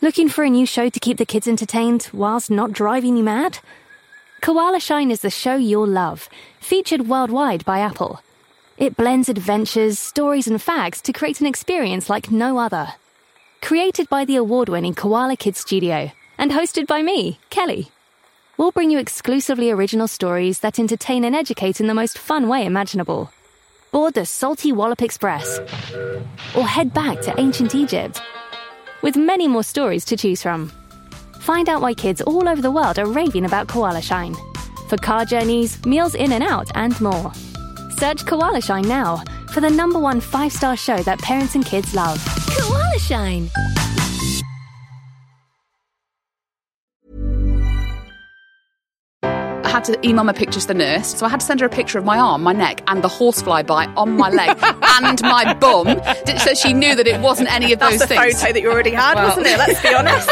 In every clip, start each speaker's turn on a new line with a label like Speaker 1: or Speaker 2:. Speaker 1: Looking for a new show to keep the kids entertained whilst not driving you mad? Koala Shine is the show you'll love, featured worldwide by Apple. It blends adventures, stories, and facts to create an experience like no other. Created by the award winning Koala Kids Studio and hosted by me, Kelly. We'll bring you exclusively original stories that entertain and educate in the most fun way imaginable. Board the Salty Wallop Express or head back to ancient Egypt with many more stories to choose from. Find out why kids all over the world are raving about Koala Shine for car journeys, meals in and out, and more. Search Koala Shine now for the number one five star show that parents and kids love. Koala Shine!
Speaker 2: I had to email my pictures to the nurse, so I had to send her a picture of my arm, my neck, and the horsefly bite on my leg and my bum, d- so she knew that it wasn't any of those
Speaker 3: That's a
Speaker 2: things.
Speaker 3: photo that you already had,
Speaker 2: Well-
Speaker 3: wasn't it? Let's be honest.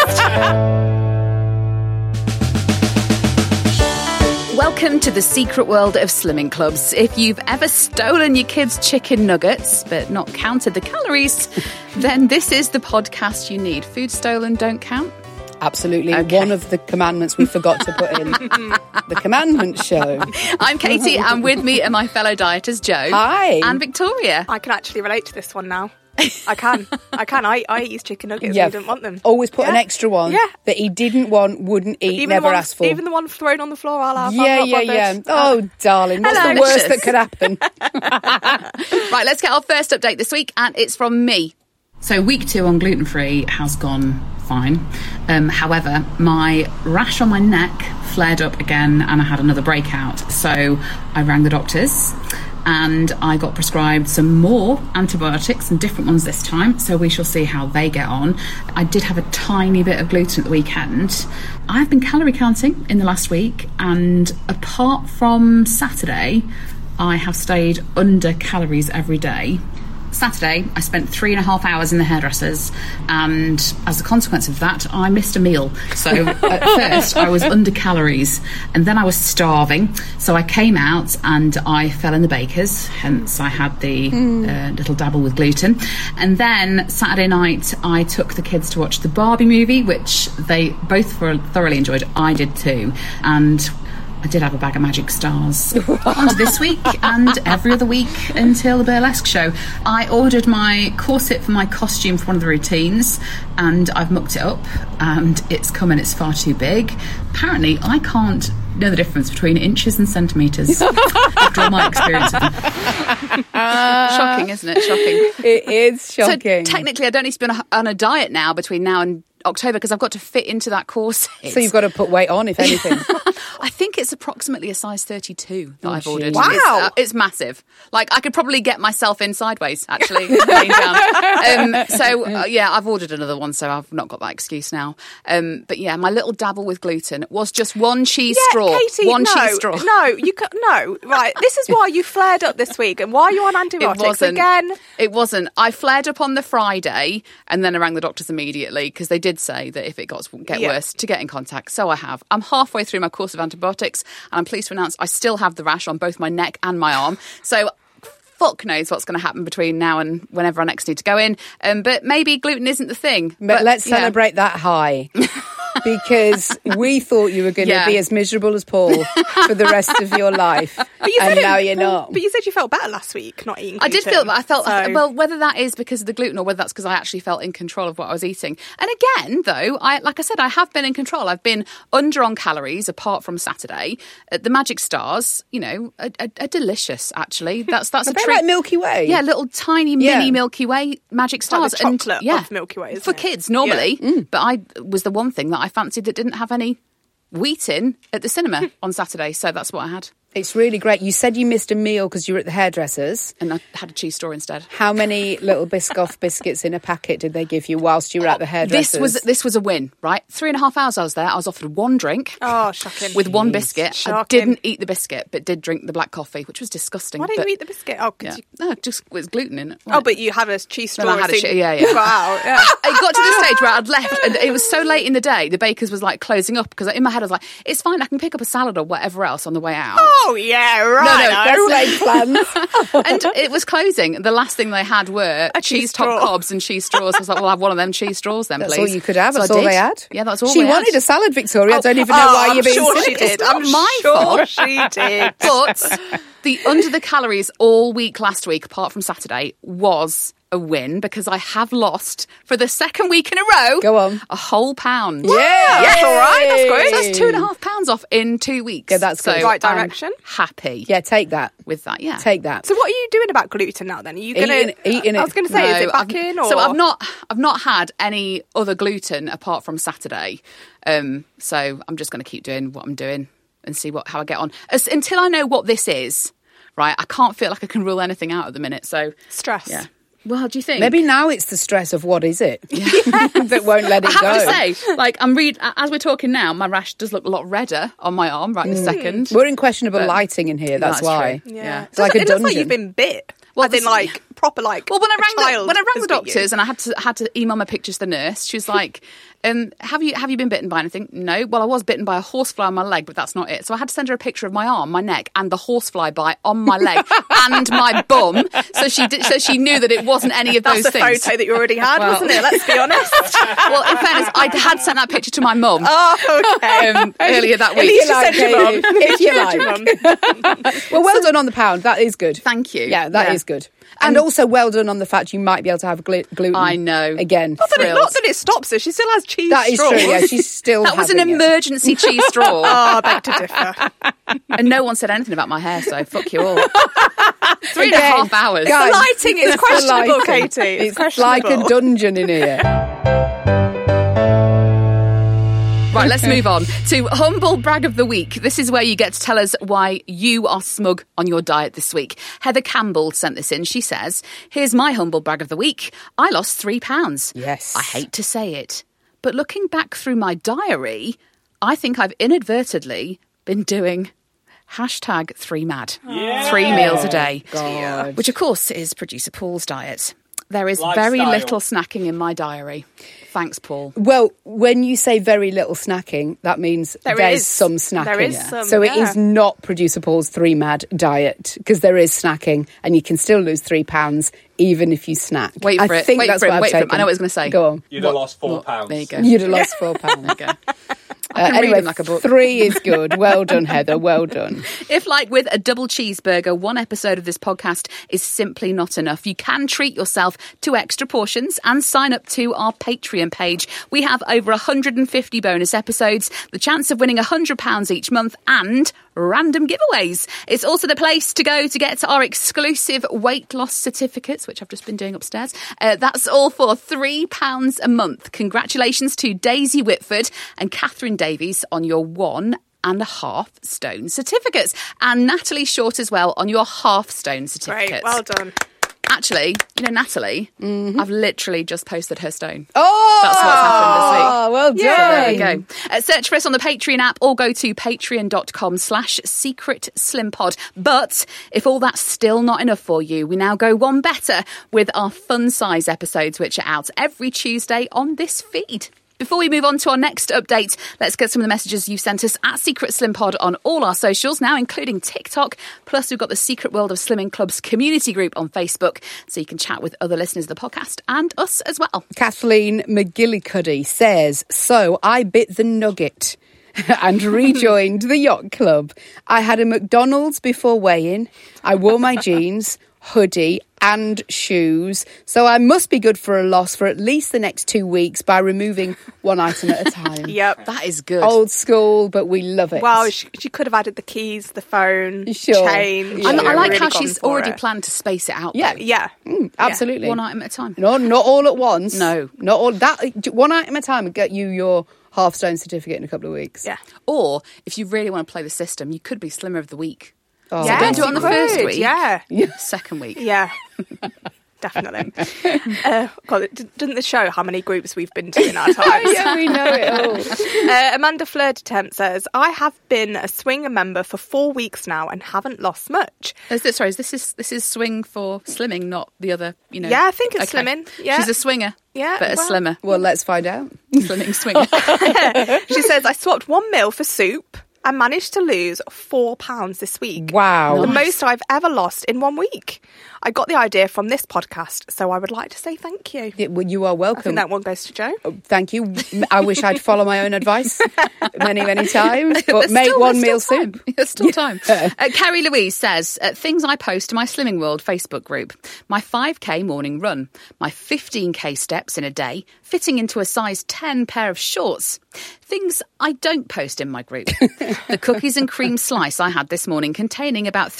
Speaker 2: Welcome to the secret world of slimming clubs. If you've ever stolen your kids' chicken nuggets but not counted the calories, then this is the podcast you need. Food stolen don't count.
Speaker 4: Absolutely. One of the commandments we forgot to put in the commandment show.
Speaker 2: I'm Katie, and with me are my fellow dieters, Joe.
Speaker 4: Hi.
Speaker 2: And Victoria.
Speaker 3: I can actually relate to this one now. I can. I can. I, I use chicken nuggets. Yeah.
Speaker 4: Yeah.
Speaker 3: You didn't want them.
Speaker 4: Always put an
Speaker 3: Yeah.
Speaker 4: extra one
Speaker 3: Yeah.
Speaker 4: that he didn't want, wouldn't eat,
Speaker 3: Even
Speaker 4: never
Speaker 3: the one,
Speaker 4: asked for.
Speaker 3: Even the one thrown on the floor. I'll have.
Speaker 4: yeah,
Speaker 3: I'm
Speaker 4: yeah,
Speaker 3: not
Speaker 4: yeah.
Speaker 3: bothered. Um, Uh,
Speaker 4: Oh, darling, what's
Speaker 2: Hello.
Speaker 4: the worst that
Speaker 2: Delicious.
Speaker 4: could happen?
Speaker 2: Right, let's get our first update this week, and it's from me. So, week two on gluten free has gone fine. Um, however, my rash on my neck flared up again, and I had another breakout. So, I rang the doctors and I got prescribed some more antibiotics, some different ones this time. So, we shall see how they get on. I did have a tiny bit of gluten at the weekend. I've been calorie counting in the last week, and apart from Saturday, I have stayed under calories every day. Saturday, I spent three and a half hours in the hairdressers, and as a consequence of that, I missed a meal. So at first, I was under calories, and then I was starving. So I came out and I fell in the baker's, hence, I had the uh, little dabble with gluten. And then Saturday night, I took the kids to watch the Barbie movie, which they both thoroughly enjoyed. I did too. And I did have a bag of magic stars on this week and every other week until the burlesque show. I ordered my corset for my costume for one of the routines and I've mucked it up and it's come and it's far too big. Apparently, I can't know the difference between inches and centimetres after all my experience of them. Shocking, isn't it? Shocking.
Speaker 4: It is
Speaker 2: So
Speaker 4: shocking.
Speaker 2: technically, I don't need to be on a, on a diet now between now and October because I've got to fit into that corset.
Speaker 4: So you've got to put weight on, if anything.
Speaker 2: I think it's approximately a size 32 that I've ordered.
Speaker 4: geez. Wow.
Speaker 2: It's, uh, it's massive. Like, I could probably get myself in sideways, actually. laying down. Um, so, uh, yeah, I've ordered another one, so I've not got that excuse now. Um, but yeah, my little dabble with gluten was just one cheese
Speaker 3: Yeah,
Speaker 2: straw.
Speaker 3: Katie,
Speaker 2: one
Speaker 3: no,
Speaker 2: cheese straw.
Speaker 3: No, you ca- no. Right, this is why you flared up this week, and why are you on
Speaker 2: It
Speaker 3: antibiotics
Speaker 2: wasn't.
Speaker 3: again?
Speaker 2: It wasn't. I flared up on the Friday, and then I rang the doctors immediately because they did say that if it got get
Speaker 3: Yeah.
Speaker 2: worse, to get in contact. So I have. I'm halfway through my course of antibiotics, and I'm pleased to announce I still have the rash on both my neck and my arm. So. Fuck knows what's going to happen between now and whenever I next need to go in. Um, but maybe gluten isn't the thing.
Speaker 4: But, let's
Speaker 2: yeah.
Speaker 4: celebrate that high. Because we thought you were going to
Speaker 2: Yeah.
Speaker 4: be as miserable as Paul for the rest of your life. and
Speaker 3: it-
Speaker 4: now you're not.
Speaker 3: But you said you felt better last week, not eating.
Speaker 2: I did feel
Speaker 3: gluten,
Speaker 2: that. I felt
Speaker 3: so-
Speaker 2: well, whether that is because of the gluten or whether that's because I actually felt in control of what I was eating. And again, though, I like I said, I have been in control. I've been under on calories apart from Saturday. Uh, the Magic Stars, you know, are, are, are delicious. Actually, that's that's a,
Speaker 4: bit
Speaker 2: treat.
Speaker 4: like Milky Way.
Speaker 2: Yeah, little tiny
Speaker 4: Yeah.
Speaker 2: mini Milky Way Magic
Speaker 3: like
Speaker 2: Stars
Speaker 3: the
Speaker 2: and
Speaker 3: chocolate
Speaker 2: yeah,
Speaker 3: of Milky Way, isn't
Speaker 2: for
Speaker 3: it?
Speaker 2: kids
Speaker 3: Yeah.
Speaker 2: normally. Mm. But I was the one thing that I fancied that didn't have any wheat in at the cinema on Saturday, so that's what I had.
Speaker 4: It's really great. You said you missed a meal because you were at the hairdresser's.
Speaker 2: And I had a cheese straw instead.
Speaker 4: How many little Biscoff biscuits in a packet did they give you whilst you were at the hairdresser's?
Speaker 2: Oh, This was this was a win, right? Three and a half hours I was there. I was offered one drink
Speaker 3: Oh, shocking.
Speaker 2: with one biscuit. I
Speaker 3: Shocking.
Speaker 2: didn't eat the biscuit, but did drink the black coffee, which was disgusting.
Speaker 3: Why didn't
Speaker 2: but-
Speaker 3: you eat the biscuit? Oh,
Speaker 2: Yeah.
Speaker 3: 'cause you
Speaker 2: No, just with gluten in it.
Speaker 3: Oh, but you had a cheese
Speaker 2: Then
Speaker 3: straw.
Speaker 2: I had a
Speaker 3: so
Speaker 2: che- yeah,
Speaker 3: you
Speaker 2: yeah.
Speaker 3: got out, yeah.
Speaker 2: it got to the stage where I'd left, and it was so late in the day. The baker's was like closing up because in my head I was like, "It's fine, I can pick up a salad or whatever else on the way out."
Speaker 3: Oh yeah, right. I
Speaker 4: Best laid plans.
Speaker 2: and it was closing. The last thing they had were
Speaker 3: cheese
Speaker 2: cheese top
Speaker 3: straw.
Speaker 2: cobs and cheese straws. I was like, well, I'll have one of them cheese straws then,
Speaker 4: That's
Speaker 2: please.
Speaker 4: all you could have.
Speaker 2: So I
Speaker 4: That's all
Speaker 2: did.
Speaker 4: they had.
Speaker 2: Yeah, that's all
Speaker 4: She
Speaker 2: we had.
Speaker 4: wanted a salad, Victoria. I don't even know
Speaker 3: oh,
Speaker 4: why
Speaker 3: I'm
Speaker 4: you're being
Speaker 3: sure
Speaker 4: silly.
Speaker 3: she did.
Speaker 2: It's not
Speaker 3: I'm
Speaker 2: my
Speaker 3: sure
Speaker 2: fault.
Speaker 3: she did.
Speaker 2: But the under the calories all week last week, apart from Saturday, was a win because I have lost for the second week in a row.
Speaker 4: Go on.
Speaker 2: a whole pound.
Speaker 4: Yeah,
Speaker 3: that's all right, that's great.
Speaker 2: So that's two and a half pounds off in two weeks.
Speaker 4: Yeah, that's
Speaker 2: so
Speaker 4: good.
Speaker 3: right
Speaker 2: I'm
Speaker 3: direction.
Speaker 2: Happy
Speaker 4: Yeah, take that.
Speaker 2: with that. Yeah,
Speaker 4: Take that.
Speaker 3: So what are you doing about gluten now? Then are you gonna
Speaker 4: Eating- eating
Speaker 3: I was
Speaker 4: it.
Speaker 3: gonna say, is
Speaker 2: No,
Speaker 3: it back
Speaker 2: I've-
Speaker 3: in or
Speaker 2: So I've not, I've not had any other gluten apart from Saturday. Um, so I'm just going to keep doing what I'm doing and see what how I get on As, until I know what this is. Right, I can't feel like I can rule anything out at the minute. So
Speaker 3: stress?
Speaker 2: yeah. Well, do you think?
Speaker 4: Maybe now it's the stress of what is it that won't let
Speaker 2: I
Speaker 4: it
Speaker 2: have
Speaker 4: go.
Speaker 2: to say, like I'm read as we're talking now, my rash does look a lot redder on my arm right this
Speaker 3: Mm.
Speaker 2: second.
Speaker 4: We're in questionable lighting in here. That's,
Speaker 2: That's
Speaker 4: why.
Speaker 2: true.
Speaker 3: Yeah.
Speaker 2: Yeah.
Speaker 3: So
Speaker 4: Like
Speaker 3: it
Speaker 4: a
Speaker 3: looks like
Speaker 4: dungeon.
Speaker 3: you've been bit.
Speaker 2: Well,
Speaker 3: Well, then
Speaker 2: this-
Speaker 3: like proper like.
Speaker 2: Well, when I
Speaker 3: a
Speaker 2: rang the,
Speaker 3: child
Speaker 2: when I rang
Speaker 3: has
Speaker 2: the
Speaker 3: bit you.
Speaker 2: doctors and I had to had to email my pictures to the nurse, she was like, um, "Have you have you been bitten by anything?" No. Well, I was bitten by a horsefly on my leg, but that's not it. So I had to send her a picture of my arm, my neck, and the horsefly bite on my leg and my bum. So she did, so she knew that it wasn't any of
Speaker 3: That's
Speaker 2: those
Speaker 3: the
Speaker 2: things.
Speaker 3: photo that you already had,
Speaker 2: Well-
Speaker 3: wasn't it? Let's be honest.
Speaker 2: Well, in fairness, I had sent that picture to my mum
Speaker 3: oh, okay.
Speaker 2: um, earlier that
Speaker 3: At
Speaker 2: week.
Speaker 3: least
Speaker 4: you
Speaker 3: you
Speaker 4: like,
Speaker 3: said your
Speaker 4: Katie.
Speaker 3: mum.
Speaker 4: If you like.
Speaker 3: At least said your mum.
Speaker 4: Well, well done on the pound. That is good.
Speaker 2: Thank you.
Speaker 4: Yeah, that is
Speaker 2: Yeah.
Speaker 4: good. And, also well done on the fact you might be able to have glu- gluten.
Speaker 2: I know.
Speaker 4: Again.
Speaker 3: Not that it-
Speaker 2: Thrilled.
Speaker 3: Not that it stops her. She still has cheese.
Speaker 4: That is true.
Speaker 3: straws.
Speaker 4: Yeah, she's still.
Speaker 2: That was an
Speaker 4: having it.
Speaker 2: emergency cheese straw,
Speaker 3: Oh, I beg to differ.
Speaker 2: and no one said anything about my hair. So fuck you all. Three and a half
Speaker 4: Again,
Speaker 2: hours.
Speaker 4: guys,
Speaker 3: The lighting is
Speaker 4: it's the
Speaker 3: questionable,
Speaker 4: lighting.
Speaker 3: Katie. It's
Speaker 4: It's, like a
Speaker 3: questionable.
Speaker 4: dungeon in here.
Speaker 2: Right, let's move on to Humble Brag of the Week. This is where you get to tell us why you are smug on your diet this week. Heather Campbell sent this in. She says, Here's my humble brag of the week. I lost three pounds.
Speaker 4: Yes.
Speaker 2: I hate to say it, but looking back through my diary, I think I've inadvertently been doing hashtag three mad. Three meals a day.
Speaker 4: Oh, God.
Speaker 2: Which, of course, is producer Paul's diet. There is
Speaker 5: Lifestyle.
Speaker 2: very little snacking in my diary. Thanks, Paul.
Speaker 4: Well, when you say very little snacking, that means
Speaker 3: There
Speaker 4: there's
Speaker 3: is-
Speaker 4: some snacking.
Speaker 3: there is Yeah. some,
Speaker 4: so it
Speaker 3: yeah.
Speaker 4: is not producer Paul's three mad diet because there is snacking, and you can still lose three pounds even if you snack.
Speaker 2: Wait for
Speaker 4: I
Speaker 2: it.
Speaker 4: think
Speaker 2: Wait
Speaker 4: that's
Speaker 2: for it.
Speaker 4: what I've
Speaker 2: Wait for it. I
Speaker 4: taken.
Speaker 2: know what it's gonna say.
Speaker 4: Go on.
Speaker 5: You'd have lost four pounds.
Speaker 2: There you go.
Speaker 4: You'd have lost four pounds.
Speaker 2: Okay.
Speaker 4: Uh,
Speaker 2: can read
Speaker 4: anyway,
Speaker 2: them like a book.
Speaker 4: three is good. Well done, Heather. Well done.
Speaker 2: If, like with a double cheeseburger, one episode of this podcast is simply not enough, you can treat yourself to extra portions and sign up to our Patreon page. We have over 150 bonus episodes, the chance of winning £100 each month, and random giveaways. It's also the place to go to get our exclusive weight loss certificates, which I've just been doing upstairs. Uh, that's all for £3 a month. Congratulations to Daisy Whitford and Catherine Davies on your one and a half stone certificates. And Natalie Short as well on your half stone certificates.
Speaker 3: Great. Well done.
Speaker 2: Actually, you know, Natalie, I've literally just posted her stone.
Speaker 4: Oh,
Speaker 2: That's what's happened
Speaker 3: Oh.
Speaker 2: this week.
Speaker 4: well done.
Speaker 2: There we go. Uh, search for us on the Patreon app or go to patreon.com slash secret slim pod. But if all that's still not enough for you, we now go one better with our fun size episodes, which are out every Tuesday on this feed. Before we move on to our next update, let's get some of the messages you've sent us at Secret Slim Pod on all our socials now, including TikTok. Plus, we've got the Secret World of Slimming Club's community group on Facebook, so you can chat with other listeners of the podcast and us as well.
Speaker 4: Kathleen McGillicuddy says, So I bit the nugget and rejoined the yacht club. I had a McDonald's before weighing. I wore my jeans, hoodie, and shoes. So I must be good for a loss for at least the next two weeks by removing one item at a time.
Speaker 3: Yep.
Speaker 2: That is good.
Speaker 4: Old school, but we love it.
Speaker 3: Wow, she, she could have added the keys, the phone,
Speaker 4: Sure.
Speaker 3: change.
Speaker 2: I,
Speaker 4: Yeah.
Speaker 2: li-
Speaker 3: She could
Speaker 2: I
Speaker 3: have
Speaker 2: like
Speaker 3: really
Speaker 2: how
Speaker 3: gone
Speaker 2: she's
Speaker 3: for
Speaker 2: already
Speaker 3: it.
Speaker 2: planned Mm, to space it out.
Speaker 4: Yeah.
Speaker 2: though.
Speaker 3: Yeah.
Speaker 4: Absolutely.
Speaker 2: One item at a time.
Speaker 4: No, not all at once.
Speaker 2: No.
Speaker 4: Not all. That One item at a time would get you your half stone certificate in a couple of weeks.
Speaker 3: Yeah.
Speaker 2: Or if you really want to play the system, you could be slimmer of the week.
Speaker 4: Oh,
Speaker 2: So don't do it
Speaker 3: you
Speaker 2: on the first
Speaker 3: could,
Speaker 2: week.
Speaker 3: Yeah.
Speaker 2: Second week.
Speaker 3: Yeah. Definitely. Uh, God, d- doesn't this show how many groups we've been to in our
Speaker 2: Oh,
Speaker 3: time?
Speaker 4: yeah, we know it all.
Speaker 3: Uh, Amanda Fleur de Temp says, I have been a swinger member for four weeks now and haven't lost much.
Speaker 2: Is this, sorry, is this is this is swing for slimming, not the other. You know.
Speaker 3: Yeah, I think it's slimming. Yeah.
Speaker 2: She's a swinger.
Speaker 3: Yeah,
Speaker 2: But a
Speaker 3: well-
Speaker 2: slimmer.
Speaker 4: Well, let's find out.
Speaker 2: Slimming swinger.
Speaker 3: She says, I swapped one meal for soup I managed to lose four pounds this week.
Speaker 4: Wow.
Speaker 3: The most I've ever lost in one week. I got the idea from this podcast, so I would like to say thank you.
Speaker 4: Yeah, well, you are
Speaker 3: I think
Speaker 4: welcome.
Speaker 3: that one goes to Joe.
Speaker 4: Thank you. I wish I'd follow my own advice many, many times. But
Speaker 2: There's
Speaker 4: make
Speaker 2: still-
Speaker 4: one
Speaker 2: there's
Speaker 4: meal
Speaker 2: still
Speaker 4: soup.
Speaker 2: time. There's still time. Uh, Carrie Louise says uh, things I post to my Slimming World Facebook group: my 5k morning run, my 15k steps in a day, fitting into a size 10 pair of shorts. Things I don't post in my group: the cookies and cream slice I had this morning, containing about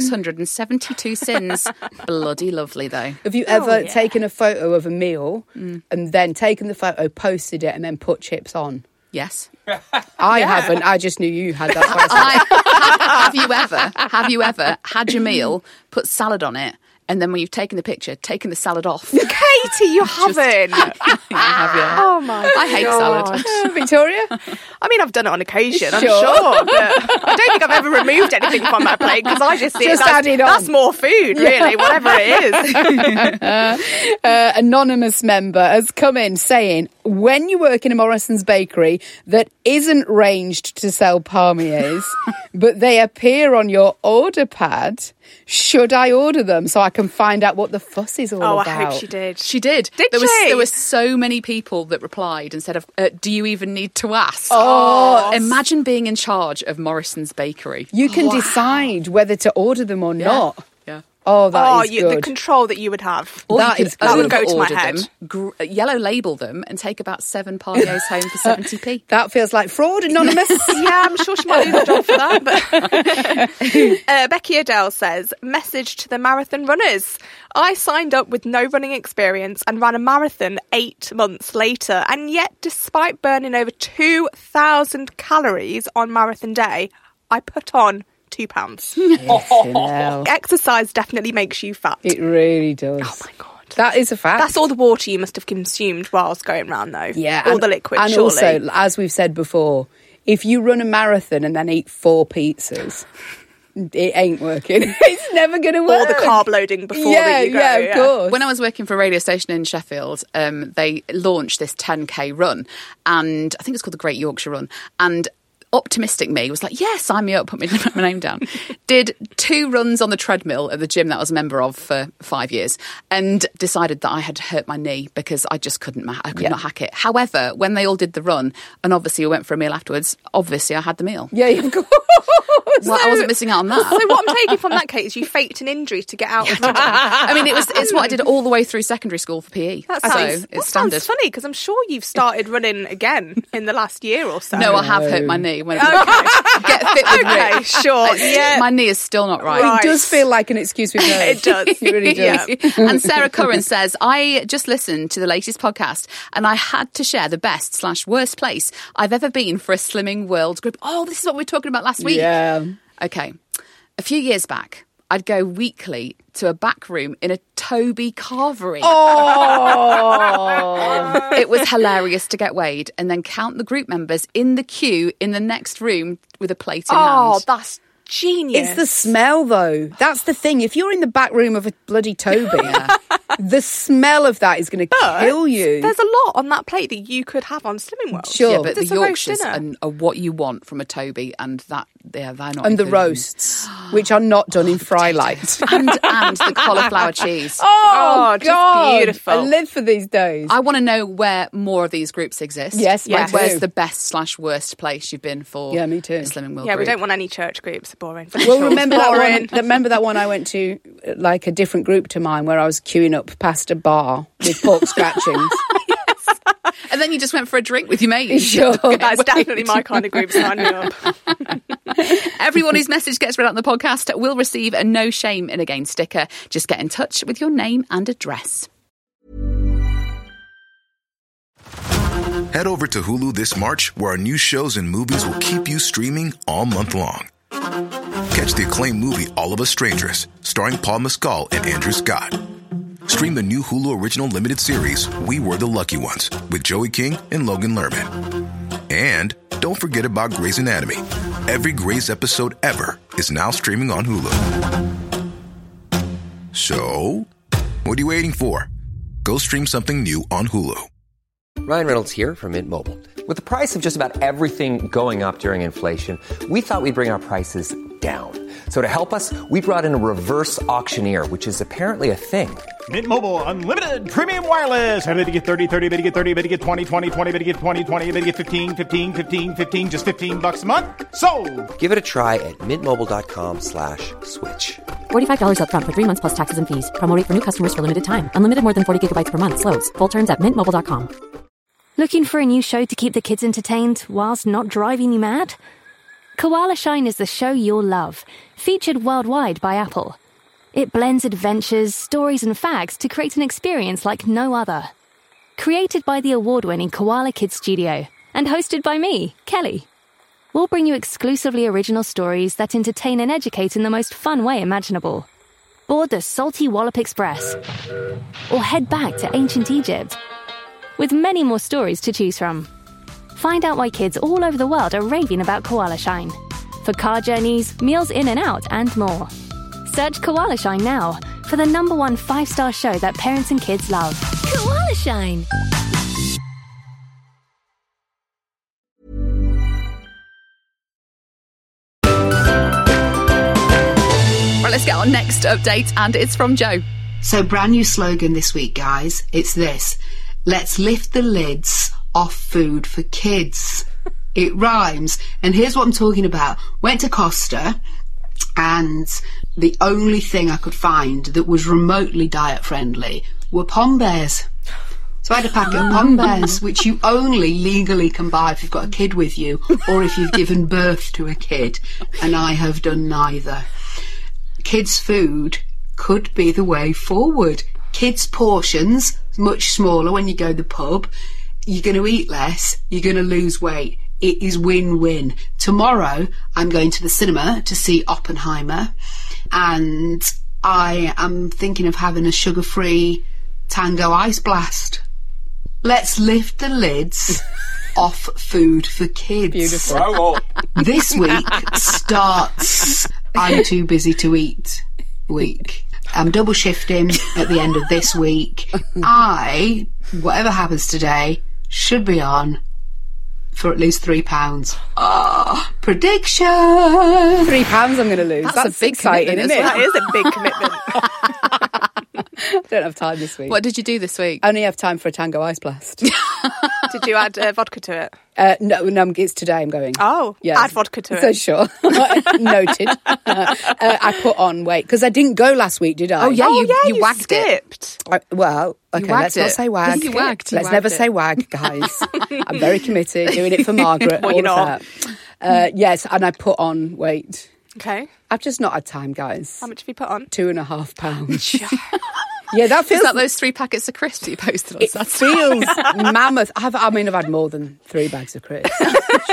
Speaker 2: 3,672 sins. Bloody lovely though.
Speaker 4: Have you ever taken a photo of a meal and then taken the photo, posted it, and then put chips on?
Speaker 2: Yes.
Speaker 4: I haven't. I just knew you had that. so I said,
Speaker 2: I, have, have you ever? Have you ever had your meal, put salad on it, and then when you've taken the picture, taken the salad off?
Speaker 3: Katie, you haven't.
Speaker 2: have you?
Speaker 3: oh my
Speaker 2: I hate
Speaker 3: God.
Speaker 2: salad.
Speaker 4: "Oh, Victoria,
Speaker 3: I mean, I've done it on occasion, I'm
Speaker 4: Sure.
Speaker 3: sure, but I don't think I've ever removed anything from my plate because I just think
Speaker 4: Just
Speaker 3: that's,
Speaker 4: add it on.
Speaker 3: that's more food, really, whatever it is.
Speaker 4: uh, anonymous member has come in saying, when you work in a Morrison's bakery that isn't ranged to sell palmiers, but they appear on your order pad, should I order them so I can find out what the fuss is all
Speaker 3: Oh,
Speaker 4: about?
Speaker 3: I hope she did.
Speaker 2: She did.
Speaker 3: Did
Speaker 2: there
Speaker 3: she?
Speaker 2: Was, there were so many people that replied and said, "Of- uh, "Do you even need to ask?"
Speaker 4: Oh.
Speaker 2: imagine being in charge of Morrison's Bakery.
Speaker 4: You
Speaker 3: Oh,
Speaker 4: can decide whether to order them or not.
Speaker 2: Yeah.
Speaker 4: Oh, that
Speaker 3: oh,
Speaker 4: is
Speaker 3: you,
Speaker 4: good.
Speaker 3: the control that you would have.
Speaker 2: Or
Speaker 4: That
Speaker 2: you
Speaker 4: is
Speaker 2: could
Speaker 4: good.
Speaker 3: That would go to my
Speaker 2: overorder
Speaker 3: head.
Speaker 2: Them, gr- uh, yellow label them and take about seven parliers home for seventy p.
Speaker 4: that feels like fraud, anonymous.
Speaker 3: yeah, I'm sure she might do the job for that. But uh, Becky Adele says, "Message to the marathon runners: I signed up with no running experience and ran a marathon eight months later, and yet, despite burning over two thousand calories on marathon day, I put on two pounds. Exercise definitely makes you fat.
Speaker 4: it really does.
Speaker 3: oh my god."
Speaker 4: That is a fact.
Speaker 3: That's all the water you must have consumed whilst going round, though.
Speaker 4: Yeah,
Speaker 3: all
Speaker 4: and-
Speaker 3: the liquid.
Speaker 4: And
Speaker 3: surely.
Speaker 4: also, as we've said before, if you run a marathon and then eat four pizzas, it ain't working. it's never going to work.
Speaker 3: all the carb loading before
Speaker 4: yeah,
Speaker 3: that you go.
Speaker 4: yeah, of course.
Speaker 2: When I was working for a radio station in Sheffield, um, they launched this 10k run, and I think it's called the Great Yorkshire Run. And optimistic me was like, "Yeah, sign me up, put me, put my name down." Did two runs on the treadmill at the gym that I was a member of for five years, and decided that I had hurt my knee because I just couldn't, ma- I could not hack it. However, when they all did the run, and obviously we went for a meal afterwards, obviously I had the meal.
Speaker 4: yeah, of course.
Speaker 2: Well, I wasn't missing out on that.
Speaker 3: So what I'm taking from that, Kate, is you faked an injury to get out of the gym.
Speaker 2: I mean, it was it's what I did all the way through secondary school for PE.
Speaker 3: That
Speaker 2: so
Speaker 3: sounds,
Speaker 2: it's
Speaker 3: that sounds
Speaker 2: standard.
Speaker 3: funny because I'm sure you've started running again in the last year or so.
Speaker 2: No, I have hurt my knee. When get fit with
Speaker 3: Okay,
Speaker 2: Rick.
Speaker 3: sure. Yeah.
Speaker 2: My knee is still not right.
Speaker 3: Right.
Speaker 4: It does feel like an excuse we've heard.
Speaker 3: It does.
Speaker 4: It really does.
Speaker 3: Yeah.
Speaker 2: and Sarah Curran says, I just listened to the latest podcast and I had to share the best slash worst place I've ever been for a slimming world group. Oh, this is what we were talking about last week.
Speaker 4: Yeah.
Speaker 2: Okay. A few years back, I'd go weekly to a back room in a Toby Carvery.
Speaker 4: Oh.
Speaker 2: It was hilarious to get weighed and then count the group members in the queue in the next room with a plate in
Speaker 3: oh,
Speaker 2: hand.
Speaker 3: that's genius.
Speaker 4: It's the smell, though. That's the thing. If you're in the back room of a bloody Toby, the smell of that is going to kill you.
Speaker 3: There's a lot on that plate that you could have on Slimming World.
Speaker 4: Sure.
Speaker 2: Yeah, but
Speaker 3: Just
Speaker 2: the
Speaker 3: a roast
Speaker 2: Yorkshires
Speaker 3: dinner.
Speaker 2: and are what you want from a Toby, and that yeah, they're not
Speaker 4: and the
Speaker 2: included.
Speaker 4: roasts, which are not done in fry light.
Speaker 2: and and the cauliflower cheese.
Speaker 3: Oh, just beautiful.
Speaker 4: I live for these days.
Speaker 2: I want to know where more of these groups exist.
Speaker 4: Yes, me
Speaker 2: like
Speaker 4: too.
Speaker 2: where's the best slash worst place you've been for?
Speaker 4: Yeah, me too.
Speaker 2: a Slimming World.
Speaker 3: yeah, we
Speaker 2: group?
Speaker 3: don't want any church groups. Boring.
Speaker 4: well, remember that
Speaker 3: Boring.
Speaker 4: one. Remember that one I went to, like a different group to mine, where I was queuing up past a bar with pork scratchings.
Speaker 2: And then you just went for a drink with your mates.
Speaker 4: sure,
Speaker 3: That's definitely my kind of group signing up.
Speaker 2: Everyone whose message gets read out on the podcast will receive a no shame in a game sticker. Just get in touch with your name and address.
Speaker 5: Head over to Hulu this March, where our new shows and movies will keep you streaming all month long. Catch the acclaimed movie All of Us Strangers, starring Paul Mescal and Andrew Scott. Stream the new Hulu original limited series We Were the Lucky Ones with Joey King and Logan Lerman. And don't forget about Grey's Anatomy. Every Grey's episode ever is now streaming on Hulu. So, what are you waiting for? Go stream something new on Hulu.
Speaker 6: Ryan Reynolds here from Mint Mobile. With the price of just about everything going up during inflation, we thought we'd bring our prices down. So to help us, we brought in a reverse auctioneer, which is apparently a thing.
Speaker 7: Mint Mobile unlimited premium wireless. Ready to get 30, 30, bit to get 30, bit to get 20, 20, 20, bit to get 20, 20, bit to get 15, 15, 15, 15 just 15 bucks a month. So,
Speaker 6: Give it a try at mintmobile.com slash switch.
Speaker 8: $45 up front for three months plus taxes and fees. Promo rate for new customers for limited time. Unlimited more than 40 gigabytes per month. Slows. Full terms at mintmobile.com.
Speaker 1: Looking for a new show to keep the kids entertained whilst not driving you mad? Koala Shine is the show you'll love, featured worldwide by Apple. It blends adventures, stories, and facts to create an experience like no other. Created by the award winning Koala Kids Studio and hosted by me, Kelly. We'll bring you exclusively original stories that entertain and educate in the most fun way imaginable. Board the Salty Wallop Express or head back to ancient Egypt with many more stories to choose from. Find out why kids all over the world are raving about Koala Shine for car journeys, meals in and out, and more. Search Koala Shine now for the number one five star show that parents and kids love. Koala Shine!
Speaker 2: Right, let's get our next update, and it's from Joe.
Speaker 9: So, brand new slogan this week, guys. It's this Let's lift the lids off food for kids. It rhymes. And here's what I'm talking about. Went to Costa, and the only thing I could find that was remotely diet friendly were pom bears. So I had a packet of pom bears, which you only legally can buy if you've got a kid with you or if you've given birth to a kid. And I have done neither kids' food could be the way forward. Kids' portions much smaller when you go to the pub. You're going to eat less. You're going to lose weight. It is win-win. Tomorrow, I'm going to the cinema to see Oppenheimer, and I am thinking of having a sugar-free Tango Ice Blast. Let's lift the lids off food for kids. Beautiful this week starts I'm too busy to eat week. I'm double shifting at the end of this week. I, whatever happens today, should be on for at least three pounds. Ah, prediction.
Speaker 4: Three pounds I'm going to lose. That's,
Speaker 2: a big
Speaker 4: exciting,
Speaker 2: commitment
Speaker 4: isn't
Speaker 2: as
Speaker 4: it?
Speaker 3: That is a big commitment.
Speaker 4: I don't have time this week.
Speaker 2: What did you do this week?
Speaker 4: I only have time for a tango ice blast.
Speaker 3: Did you add uh, vodka to it?
Speaker 4: uh, no, no, it's today I'm going.
Speaker 3: Oh,
Speaker 4: Yeah.
Speaker 3: add vodka to it.
Speaker 4: So sure, noted. Uh, I put on weight because I didn't go last week, did I?
Speaker 2: Oh, yeah,
Speaker 3: oh,
Speaker 2: you-
Speaker 3: yeah, you,
Speaker 2: you wagged it.
Speaker 3: skipped.
Speaker 4: I- well, okay,
Speaker 2: wagged
Speaker 4: let's not
Speaker 2: it.
Speaker 4: say wag.
Speaker 2: You wagged, you
Speaker 4: let's
Speaker 2: wagged
Speaker 4: never
Speaker 2: it.
Speaker 4: say wag, guys. I'm very committed, doing it for Margaret. all
Speaker 3: you're
Speaker 4: of
Speaker 3: not.
Speaker 4: that. Uh, yes, and I put on weight.
Speaker 3: Okay.
Speaker 4: I've just not had time, guys.
Speaker 3: How much have you put on?
Speaker 4: Two and a half pounds. yeah, that feels
Speaker 2: Is that those three packets of crisps that you posted on
Speaker 4: It
Speaker 2: Saturday?
Speaker 4: feels mammoth. I've, I mean, I've had more than three bags of crisps.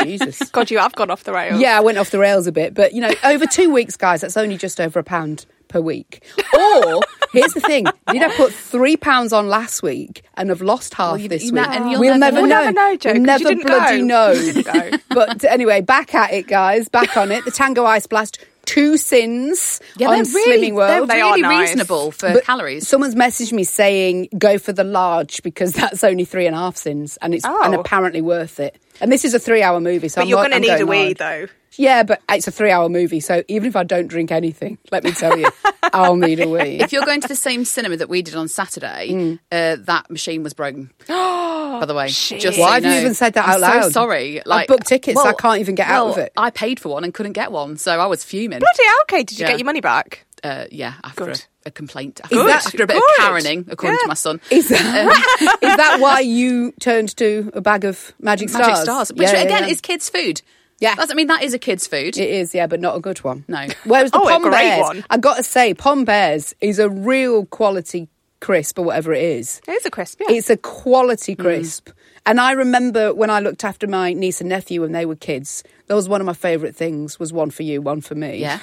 Speaker 4: Jesus.
Speaker 3: God, you have gone off the rails.
Speaker 4: Yeah, I went off the rails a bit, but you know, over two weeks, guys, that's only just over a pound per week. Or here's the thing: did I put three pounds on last week and have lost half
Speaker 2: you-
Speaker 4: this
Speaker 2: you
Speaker 4: week?
Speaker 2: ne- and you'll
Speaker 4: we'll
Speaker 2: never
Speaker 4: never,
Speaker 2: know.
Speaker 4: know.
Speaker 3: We'll never know, Joe,
Speaker 4: We'll
Speaker 3: 'cause you
Speaker 4: never
Speaker 3: didn't go.
Speaker 4: bloody
Speaker 3: You
Speaker 4: know.
Speaker 3: didn't go.
Speaker 4: but anyway, back at it, guys. Back on it. The Tango Ice Blast. Two sins
Speaker 2: Yeah,
Speaker 4: on
Speaker 2: they're really,
Speaker 4: Slimming World.
Speaker 2: they're
Speaker 3: They are
Speaker 2: really
Speaker 3: nice.
Speaker 2: reasonable for
Speaker 4: But
Speaker 2: calories.
Speaker 4: Someone's messaged me saying go for the large because that's only three and a half sins, and it's
Speaker 3: Oh.
Speaker 4: and apparently worth it. And this is a three-hour movie, so
Speaker 3: But
Speaker 4: I'm
Speaker 3: you're
Speaker 4: wa-
Speaker 3: going to
Speaker 4: I'm
Speaker 3: need a
Speaker 4: going
Speaker 3: wee,
Speaker 4: hard.
Speaker 3: though.
Speaker 4: Yeah, but it's a three-hour movie, so even if I don't drink anything, let me tell you, I'll need a wee.
Speaker 2: if you're going to the same cinema that we did on Saturday,
Speaker 4: Hmm.
Speaker 2: uh, that machine was broken. by the way, just so
Speaker 4: Why have you
Speaker 2: know.
Speaker 4: even said that
Speaker 2: I'm
Speaker 4: out
Speaker 2: So
Speaker 4: loud?
Speaker 2: sorry,
Speaker 4: I've booked tickets, I can't even get out
Speaker 2: well,
Speaker 4: of it.
Speaker 2: I paid for one and couldn't get one, so I was fuming.
Speaker 3: Bloody hell, Kate, did you
Speaker 2: Yeah.
Speaker 3: get your money back?
Speaker 2: Uh, yeah, after a,
Speaker 3: Good.
Speaker 2: a complaint, after,
Speaker 4: Is that-
Speaker 2: after a bit
Speaker 3: good.
Speaker 2: of caroning, according to
Speaker 3: Yeah.
Speaker 2: my son.
Speaker 4: Is
Speaker 3: Um,
Speaker 4: that, is that why you turned to a bag of Magic Stars?
Speaker 2: Magic stars, which
Speaker 4: Yeah, yeah,
Speaker 2: again
Speaker 4: yeah.
Speaker 2: is kids' food.
Speaker 4: Yeah.
Speaker 2: That's, I mean that is a kids' food.
Speaker 4: It is, yeah, but not a good one.
Speaker 2: No.
Speaker 4: Whereas the
Speaker 3: Oh, a
Speaker 4: Pom
Speaker 3: great
Speaker 4: Bears,
Speaker 3: one.
Speaker 4: i got to say, Pom Bears is a real quality crisp or whatever it is.
Speaker 3: It is a crisp, yeah.
Speaker 4: It's a quality crisp. And I remember when I looked after my niece and nephew when they were kids, that was one of my favourite things was one for you, one for me.
Speaker 2: Yeah.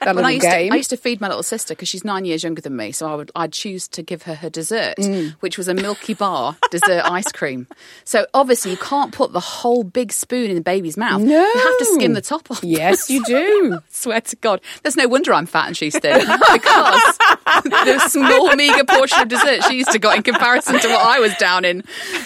Speaker 4: That
Speaker 2: When I used,
Speaker 4: little
Speaker 2: to,
Speaker 4: game.
Speaker 2: I used to feed my little sister because she's nine years younger than me, so I would I'd choose to give her her dessert,
Speaker 4: Mm.
Speaker 2: which was a Milky Bar dessert ice cream. So obviously you can't put the whole big spoon in the baby's mouth.
Speaker 4: No.
Speaker 2: you have to skim the top off.
Speaker 4: Yes, you do.
Speaker 2: Swear to God, there's no wonder I'm fat and she's thin because the small meager portion of dessert she used to got in comparison to what I was down in.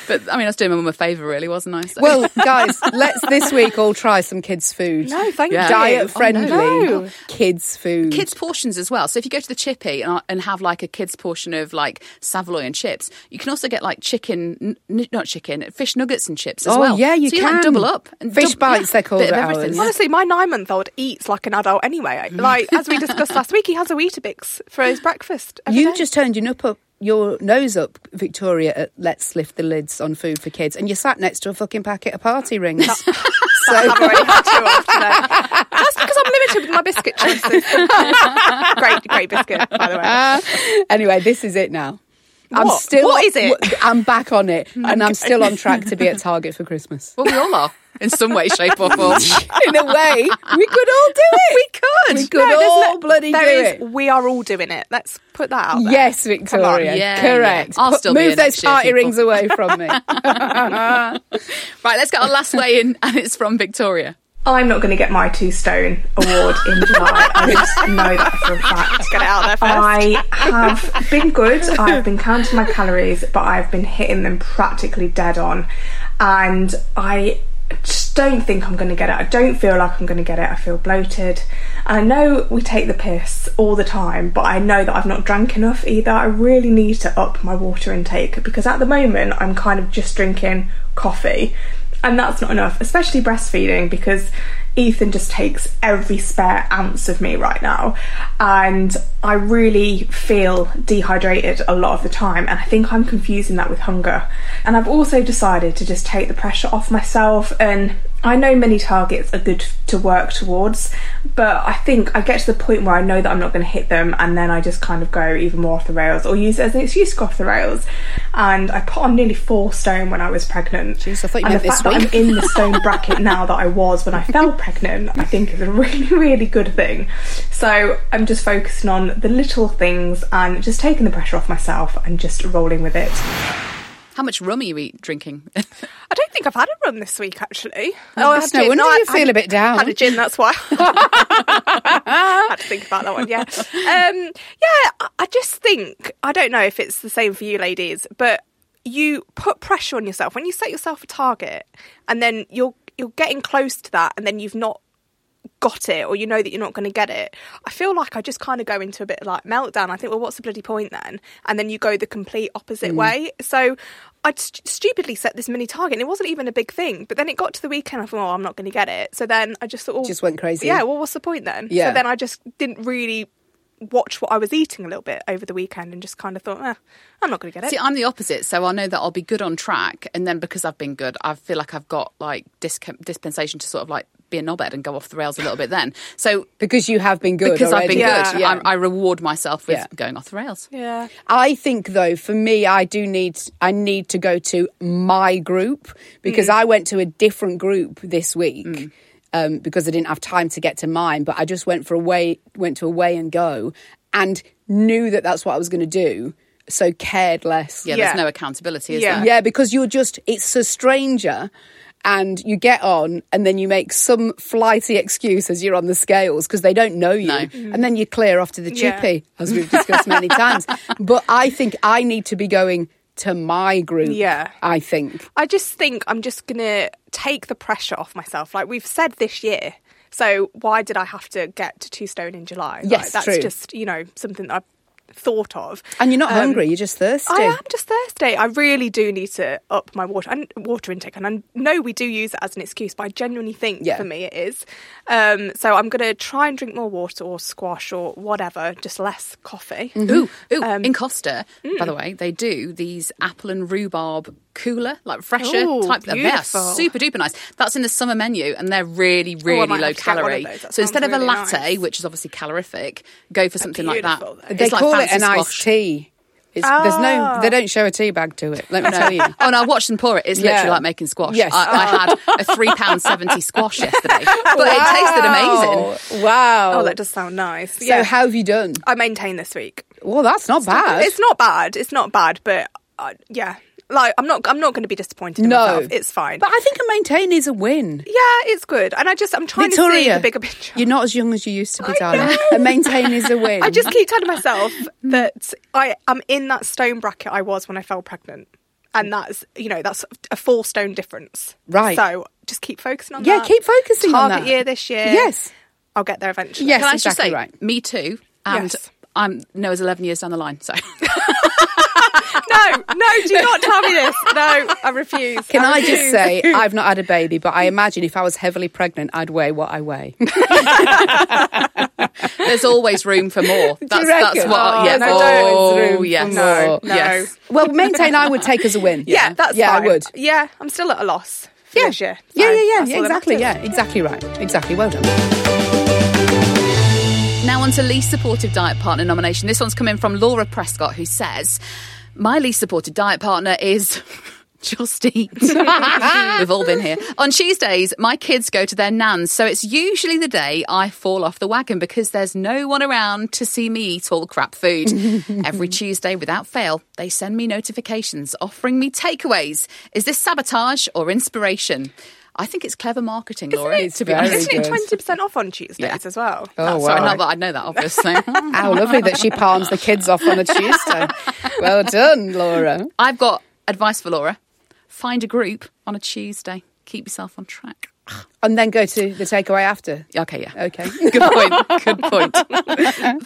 Speaker 2: But I mean, I was doing my mum a favour, really, wasn't I? So.
Speaker 4: well, guys, let's this week all try some kids' food.
Speaker 3: No, thank
Speaker 2: Yeah.
Speaker 3: you.
Speaker 4: Diet friendly
Speaker 3: Oh, no.
Speaker 4: kids' food.
Speaker 2: kids portions as well. So if you go to the chippy and, and have like a kids portion of like Savoy and chips, you can also get like chicken, n- not chicken, fish nuggets and chips as
Speaker 4: Oh,
Speaker 2: well.
Speaker 4: yeah, you
Speaker 2: so you like
Speaker 4: can.
Speaker 2: double up and
Speaker 4: Fish
Speaker 2: dub-
Speaker 4: bites, they're called
Speaker 2: bit of
Speaker 4: at
Speaker 2: everything.
Speaker 4: ours.
Speaker 3: Honestly, my nine month old eats like an adult anyway.
Speaker 4: Mm.
Speaker 3: Like, as we discussed last week, he has a Weetabix for his breakfast. every
Speaker 4: You
Speaker 3: day.
Speaker 4: just turned your, nup up, your nose up, Victoria, at Let's Lift the Lids on Food for Kids, and you sat next to a fucking packet of party rings. so,
Speaker 3: I've already had two off today. That's because I'm limited with my biscuit choices. great, great biscuit, by the way.
Speaker 4: uh, anyway, this is it now. I'm
Speaker 3: What?
Speaker 4: still.
Speaker 3: What is it?
Speaker 4: w- I'm back on it, and I'm still on track to be at Target for Christmas.
Speaker 2: Well, we all are in some way, shape, or form.
Speaker 4: In a way, we could all do it. We could. We could
Speaker 3: there's
Speaker 4: all
Speaker 3: no-
Speaker 4: bloody do
Speaker 3: there is-
Speaker 4: it.
Speaker 3: We are all doing it. Let's put that out. There.
Speaker 4: Yes, Victoria.
Speaker 2: Yeah,
Speaker 4: Correct.
Speaker 2: yeah. I'll
Speaker 4: Put-
Speaker 2: still be
Speaker 4: move
Speaker 2: here
Speaker 4: those
Speaker 2: next year,
Speaker 4: party
Speaker 2: people.
Speaker 4: rings away from me.
Speaker 2: Right, let's get our last weigh in, and it's from Victoria.
Speaker 10: I'm not going to get my two stone award in July. I just know that for a fact.
Speaker 3: Get it out there first.
Speaker 10: I have been good. I've been counting my calories, but I've been hitting them practically dead on. And I just don't think I'm going to get it. I don't feel like I'm going to get it. I feel bloated. And I know we take the piss all the time, but I know that I've not drank enough either. I really need to up my water intake because at the moment I'm kind of just drinking coffee. And that's not enough, especially breastfeeding because Ethan just takes every spare ounce of me right now. And I really feel dehydrated a lot of the time. And I think I'm confusing that with hunger. And I've also decided to just take the pressure off myself. And I know many targets are good to work towards, but I think I get to the point where I know that I'm not going to hit them. And then I just kind of go even more off the rails or use it as an excuse to go off the rails. And I put on nearly four stone when I was pregnant.
Speaker 4: Jeez, I thought you
Speaker 10: and
Speaker 4: meant
Speaker 10: the
Speaker 4: this
Speaker 10: fact that I'm
Speaker 4: week.
Speaker 10: in the stone bracket now that I was when I fell pregnant, I think is a really, really good thing. So I'm just focusing on the little things and just taking the pressure off myself and just rolling with it.
Speaker 2: How much rum are you eat, drinking?
Speaker 3: I don't think I've had a run this week, actually. Oh, I
Speaker 4: goodness, no wonder you feel a bit down.
Speaker 3: Had a gin, that's why. had to think about that one. Yeah, um, yeah. I- I just think I don't know if it's the same for you, ladies, but you put pressure on yourself when you set yourself a target, and then you're you're getting close to that, and then you've not got it or you know that you're not going to get it i feel like i just kind of go into a bit of like meltdown i think well what's the bloody point then and then you go the complete
Speaker 4: Mm.
Speaker 3: opposite way so i st- stupidly set this mini target and it wasn't even a big thing but then it got to the weekend i thought oh i'm not going to get it so then i just thought oh,
Speaker 4: Just went crazy.
Speaker 3: yeah well what's the point then
Speaker 4: Yeah.
Speaker 3: so then i just didn't really watch what i was eating a little bit over the weekend and just kind of thought eh, i'm not going to get it
Speaker 2: See, I'm the opposite, so I know that I'll be good on track, and then because I've been good, I feel like I've got like dis- dispensation to sort of like be a knobhead and go off the rails a little bit. Then, so
Speaker 4: because you have been good.
Speaker 2: because I've been
Speaker 4: already.
Speaker 3: Yeah.
Speaker 2: good, I, I reward myself with
Speaker 4: Yeah.
Speaker 2: going off the rails.
Speaker 3: yeah
Speaker 4: I think though, for me, I do need I need to go to my group because I went to a different group this week um, because I didn't have time to get to mine. But I just went for a way went to a way and go and knew that that's what I was going to do, so cared less.
Speaker 2: Yeah,
Speaker 3: Yeah.
Speaker 2: there's no accountability, is
Speaker 3: Yeah.
Speaker 2: there?
Speaker 4: Yeah, because you're just, it's a stranger. And you get on, and then you make some flighty excuse as you're on the scales because they don't know you. Mm-hmm. And then you clear off to the
Speaker 3: Yeah.
Speaker 4: chippy, as we've discussed many times. But I think I need to be going to my group.
Speaker 3: Yeah.
Speaker 4: I think.
Speaker 3: I just think I'm just going to take the pressure off myself. Like we've said this year. So why did I have to get to two stone in July? Like,
Speaker 4: Yes,
Speaker 3: that's
Speaker 4: true.
Speaker 3: just, you know, something that I've thought of.
Speaker 4: And you're not
Speaker 3: Um,
Speaker 4: hungry, you're just thirsty.
Speaker 3: I am just thirsty. I really do need to up my water and water intake. And I know we do use it as an excuse, but I genuinely think
Speaker 4: Yeah.
Speaker 3: for me it is. Um, so I'm going to try and drink more water or squash or whatever, just less coffee.
Speaker 4: Mm-hmm.
Speaker 2: Ooh, ooh.
Speaker 3: Um,
Speaker 2: in Costa, by
Speaker 3: mm.
Speaker 2: the way, they do these apple and rhubarb cooler, like fresher
Speaker 3: Ooh,
Speaker 2: type. They're
Speaker 3: beautiful. Oh,
Speaker 2: super duper nice. That's in the summer menu, and they're really, really
Speaker 3: might
Speaker 2: low
Speaker 3: have to get one of
Speaker 2: calorie.
Speaker 3: those. That
Speaker 2: So instead
Speaker 3: sounds
Speaker 2: of a
Speaker 3: really
Speaker 2: latte,
Speaker 3: nice.
Speaker 2: which is obviously calorific, go for something like that.
Speaker 3: beautiful, though.
Speaker 4: they
Speaker 2: It's like
Speaker 4: call it
Speaker 2: fancy
Speaker 4: an
Speaker 2: squash.
Speaker 4: iced tea. It's, There's
Speaker 3: Ah.
Speaker 4: no, they don't show a tea bag to it. Let me tell you.
Speaker 2: Oh, no, I watched them pour it. It's literally
Speaker 4: Yeah.
Speaker 2: like making squash.
Speaker 4: Yes.
Speaker 2: I, I had a £3.70 squash yesterday, but it tasted amazing.
Speaker 4: amazing. Wow.
Speaker 3: Oh, that does sound nice.
Speaker 4: so
Speaker 3: yeah,
Speaker 4: how have you done?
Speaker 3: I maintained this week.
Speaker 4: Well, that's not bad.
Speaker 3: It's not bad. It's not bad, but uh, yeah, like I'm not. I'm not going to be disappointed. In
Speaker 4: No.
Speaker 3: myself. it's fine.
Speaker 4: but I think a maintain is a win.
Speaker 3: yeah, it's good. And I just I'm trying to see
Speaker 4: Victoria,
Speaker 3: the bigger picture.
Speaker 4: you're not as young as you used to be, darling. A maintain is a win.
Speaker 3: I just keep telling myself that I am in that stone bracket I was when I fell pregnant. And that's, you know, that's a four stone difference.
Speaker 4: Right.
Speaker 3: So just keep focusing on
Speaker 4: yeah,
Speaker 3: that.
Speaker 4: keep focusing
Speaker 3: Target
Speaker 4: on that.
Speaker 3: year this year.
Speaker 4: Yes,
Speaker 3: I'll get there eventually.
Speaker 4: yes,
Speaker 2: Can I
Speaker 4: exactly
Speaker 2: just say,
Speaker 4: right.
Speaker 2: me too. And
Speaker 3: Yes.
Speaker 2: I'm Noah's 11 years down the line, so.
Speaker 3: No, no, do not tell me this. No, I refuse.
Speaker 4: Can I just
Speaker 3: refuse.
Speaker 4: say, I've not had a baby, but I imagine if I was heavily pregnant, I'd weigh what I weigh.
Speaker 2: There's always room for more. That's, that's what.
Speaker 4: reckon?
Speaker 3: Oh,
Speaker 2: yeah.
Speaker 3: no,
Speaker 2: oh,
Speaker 3: don't. Room for
Speaker 2: yes.
Speaker 3: more. No,
Speaker 2: yes.
Speaker 4: well, maintain I would take as a win.
Speaker 3: Yeah, that's
Speaker 4: yeah,
Speaker 3: fine.
Speaker 4: I would.
Speaker 3: Yeah, I'm still at a loss for this year. So
Speaker 4: yeah, yeah, yeah,
Speaker 3: that's all
Speaker 4: yeah, exactly.
Speaker 3: that matters.
Speaker 4: Yeah, exactly right. Exactly. Well done.
Speaker 2: Now on to least supportive diet partner nomination. This one's coming from Laura Prescott, who says, "My least supported diet partner is." Just eat. We've all been here. On Tuesdays, my kids go to their nans, so it's usually the day I fall off the wagon because there's no one around to see me eat all the crap food. Every Tuesday, without fail, they send me notifications offering me takeaways. Is this sabotage or inspiration? I think it's clever marketing, Laura. To be
Speaker 4: Very
Speaker 2: honest,
Speaker 3: Isn't it
Speaker 4: good.
Speaker 3: twenty percent off on Tuesdays
Speaker 2: Yeah.
Speaker 3: as well?
Speaker 4: Oh,
Speaker 2: sorry,
Speaker 4: wow.
Speaker 2: not that I know that obviously.
Speaker 4: How lovely that she palms the kids off on a Tuesday. Well done, Laura.
Speaker 2: I've got advice for Laura. Find a group on a Tuesday. Keep yourself on track.
Speaker 4: And then go to the takeaway after.
Speaker 2: Okay, yeah.
Speaker 4: Okay.
Speaker 2: Good point. Good point.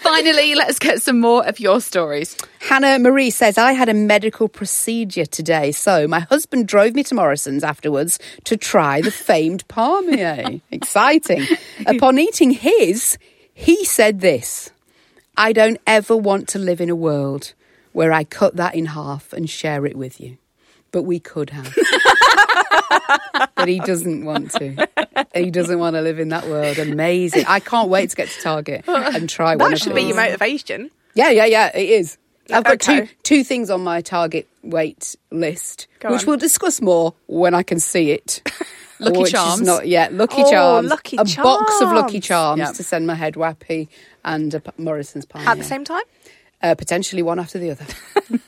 Speaker 2: Finally, let's get some more of your stories.
Speaker 4: Hannah Marie says, I had a medical procedure today, so my husband drove me to Morrison's afterwards to try the famed palmier. Exciting. Upon eating his, he said this I don't ever want to live in a world where I cut that in half and share it with you. But we could have. but he doesn't want to. He doesn't want to live in that world. Amazing. I can't wait to get to Target and try one
Speaker 3: That
Speaker 4: of
Speaker 3: should be
Speaker 4: those.
Speaker 3: your motivation.
Speaker 4: Yeah, yeah, yeah, it is. I've got
Speaker 3: Okay.
Speaker 4: two two things on my target weight list,
Speaker 3: Go
Speaker 4: which
Speaker 3: on.
Speaker 4: we'll discuss more when I can see it.
Speaker 2: Lucky
Speaker 4: Which is
Speaker 2: Charms.
Speaker 4: not yet. Lucky
Speaker 3: Oh,
Speaker 4: Charms.
Speaker 3: Lucky
Speaker 4: a box of Lucky Charms
Speaker 3: Charms.
Speaker 2: Yep.
Speaker 4: to send my head wappy and a p- Morrison's pie.
Speaker 3: At the same time,
Speaker 4: uh, potentially one after the other.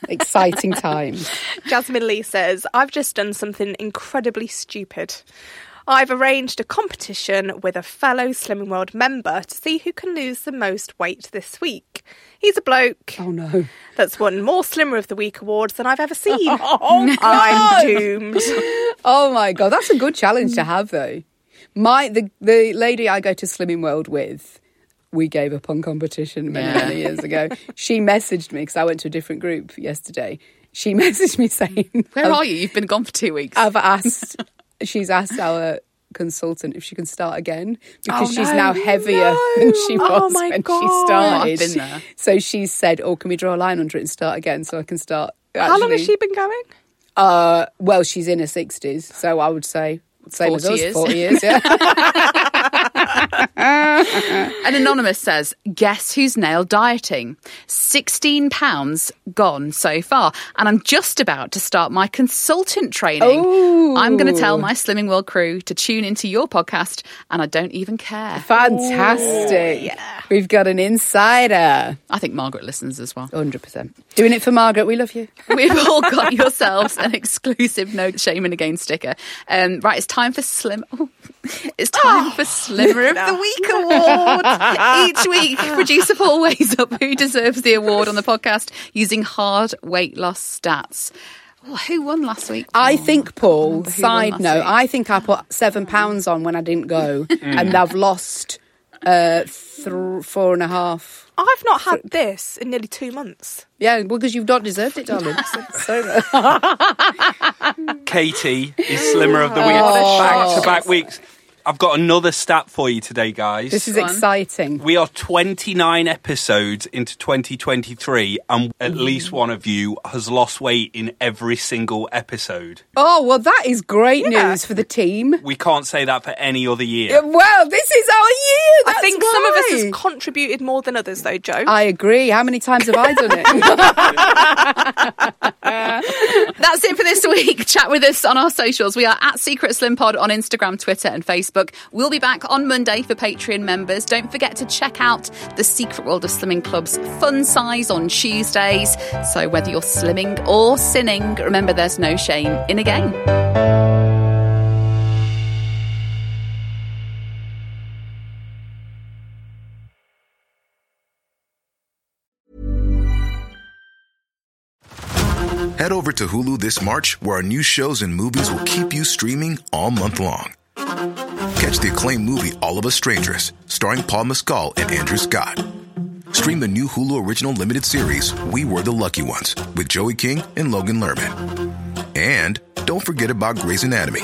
Speaker 4: Exciting times.
Speaker 3: Jasmine Lee says, I've just done something incredibly stupid. I've arranged a competition with a fellow Slimming World member to see who can lose the most weight this week. He's a bloke
Speaker 4: Oh no.
Speaker 3: that's won more Slimmer of the Week awards than I've ever seen. I'm doomed.
Speaker 4: Oh my god, that's a good challenge to have though. My the the lady I go to Slimming World with, we gave up on competition many,
Speaker 2: Yeah.
Speaker 4: many years ago. She messaged me because I went to a different group yesterday. She messaged me saying,
Speaker 2: Where
Speaker 4: "I've-
Speaker 2: are you? You've been gone for two weeks.
Speaker 4: I've asked. She's asked our consultant if she can start again because
Speaker 3: Oh,
Speaker 4: she's
Speaker 3: no.
Speaker 4: now heavier
Speaker 3: No.
Speaker 4: than she was
Speaker 3: Oh, my
Speaker 4: when she
Speaker 3: God.
Speaker 4: started.
Speaker 2: I've been there.
Speaker 4: So she said, "Oh, can we draw a line under it and start again so I can start?"
Speaker 3: How long
Speaker 4: actually?"
Speaker 3: has she been going?
Speaker 4: Uh, well, she's in her sixties, so I would say same
Speaker 2: 40
Speaker 4: as us,
Speaker 2: years.
Speaker 4: forty years. Yeah,
Speaker 2: An anonymous says, Guess who's nailed dieting? 16 pounds gone so far. And I'm just about to start my consultant training. I'm going to tell my Slimming World crew to tune into your podcast, and I don't even care.
Speaker 4: fantastic. We've got an insider,
Speaker 2: I think Margaret listens as well.
Speaker 4: hundred percent doing it for Margaret. We love you.
Speaker 2: We've all got yourselves an exclusive no shame and again sticker. Um, right, it's time for slim. oh, it's time
Speaker 4: Oh,
Speaker 2: for Slimmer of the Week award. Each week, producer Paul weighs up who deserves the award on the podcast using hard weight loss stats. Oh, who won last week?
Speaker 4: I
Speaker 2: Oh,
Speaker 4: think,
Speaker 2: I
Speaker 4: Paul.
Speaker 2: remember who won
Speaker 4: Side
Speaker 2: last
Speaker 4: note:
Speaker 2: week.
Speaker 4: I think I put seven pounds on when I didn't go,
Speaker 3: Mm.
Speaker 4: and I've lost uh, th- four and a half.
Speaker 3: I've not had this in nearly two months.
Speaker 4: Yeah, well, because you've not deserved it, darling. So-
Speaker 11: Katie is slimmer of the week.
Speaker 3: Oh,
Speaker 11: Back to back weeks. I've got another stat for you today, guys.
Speaker 4: This is
Speaker 2: Go on.
Speaker 4: exciting.
Speaker 11: we are 29 episodes into 2023, and at least one of you has lost weight in every single episode.
Speaker 4: Oh, well, that is great news for the team.
Speaker 11: We can't say that for any other
Speaker 4: Yeah,
Speaker 11: year.
Speaker 4: Well, this is our year.
Speaker 3: I think
Speaker 4: that's
Speaker 3: some of us
Speaker 4: why.
Speaker 3: has contributed more than others, though, Joe.
Speaker 4: I agree. How many times have I done it?
Speaker 2: That's it for this week. Chat with us on our socials. We are at Secret Slim Pod on Instagram, Twitter, and Facebook. We'll be back on Monday for Patreon members. Don't forget to check out the Secret World of Slimming Club's Fun Size on Tuesdays. So whether you're slimming or sinning, remember there's no shame in a game.
Speaker 5: Head over to Hulu this March, where our new shows and movies will keep you streaming all month long. Catch the acclaimed movie All of Us Strangers, starring Paul Mescal and Andrew Scott. Stream the new Hulu original limited series We Were the Lucky Ones with Joey King and Logan Lerman. And don't forget about Grey's Anatomy.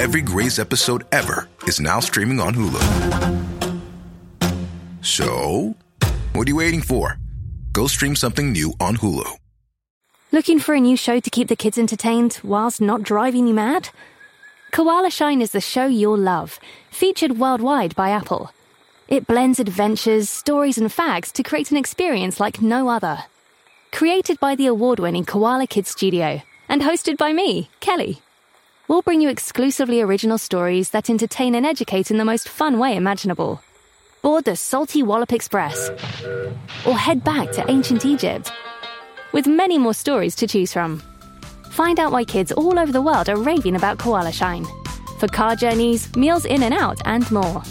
Speaker 5: Every Grey's episode ever is now streaming on Hulu. So, what are you waiting for? Go stream something new on Hulu.
Speaker 1: Looking for a new show to keep the kids entertained whilst not driving you mad? Koala Shine is the show you'll love, featured worldwide by Apple. It blends adventures, stories, and facts to create an experience like no other. Created by the award winning Koala Kids Studio and hosted by me, Kelly. We'll bring you exclusively original stories that entertain and educate in the most fun way imaginable. Board the Salty Wallop Express or head back to ancient Egypt with many more stories to choose from. Find out why kids all over the world are raving about Koala Shine for car journeys, meals in and out, and more.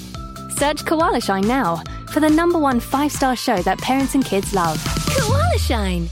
Speaker 1: Search Koala Shine now for the number one five star show that parents and kids love. Koala Shine!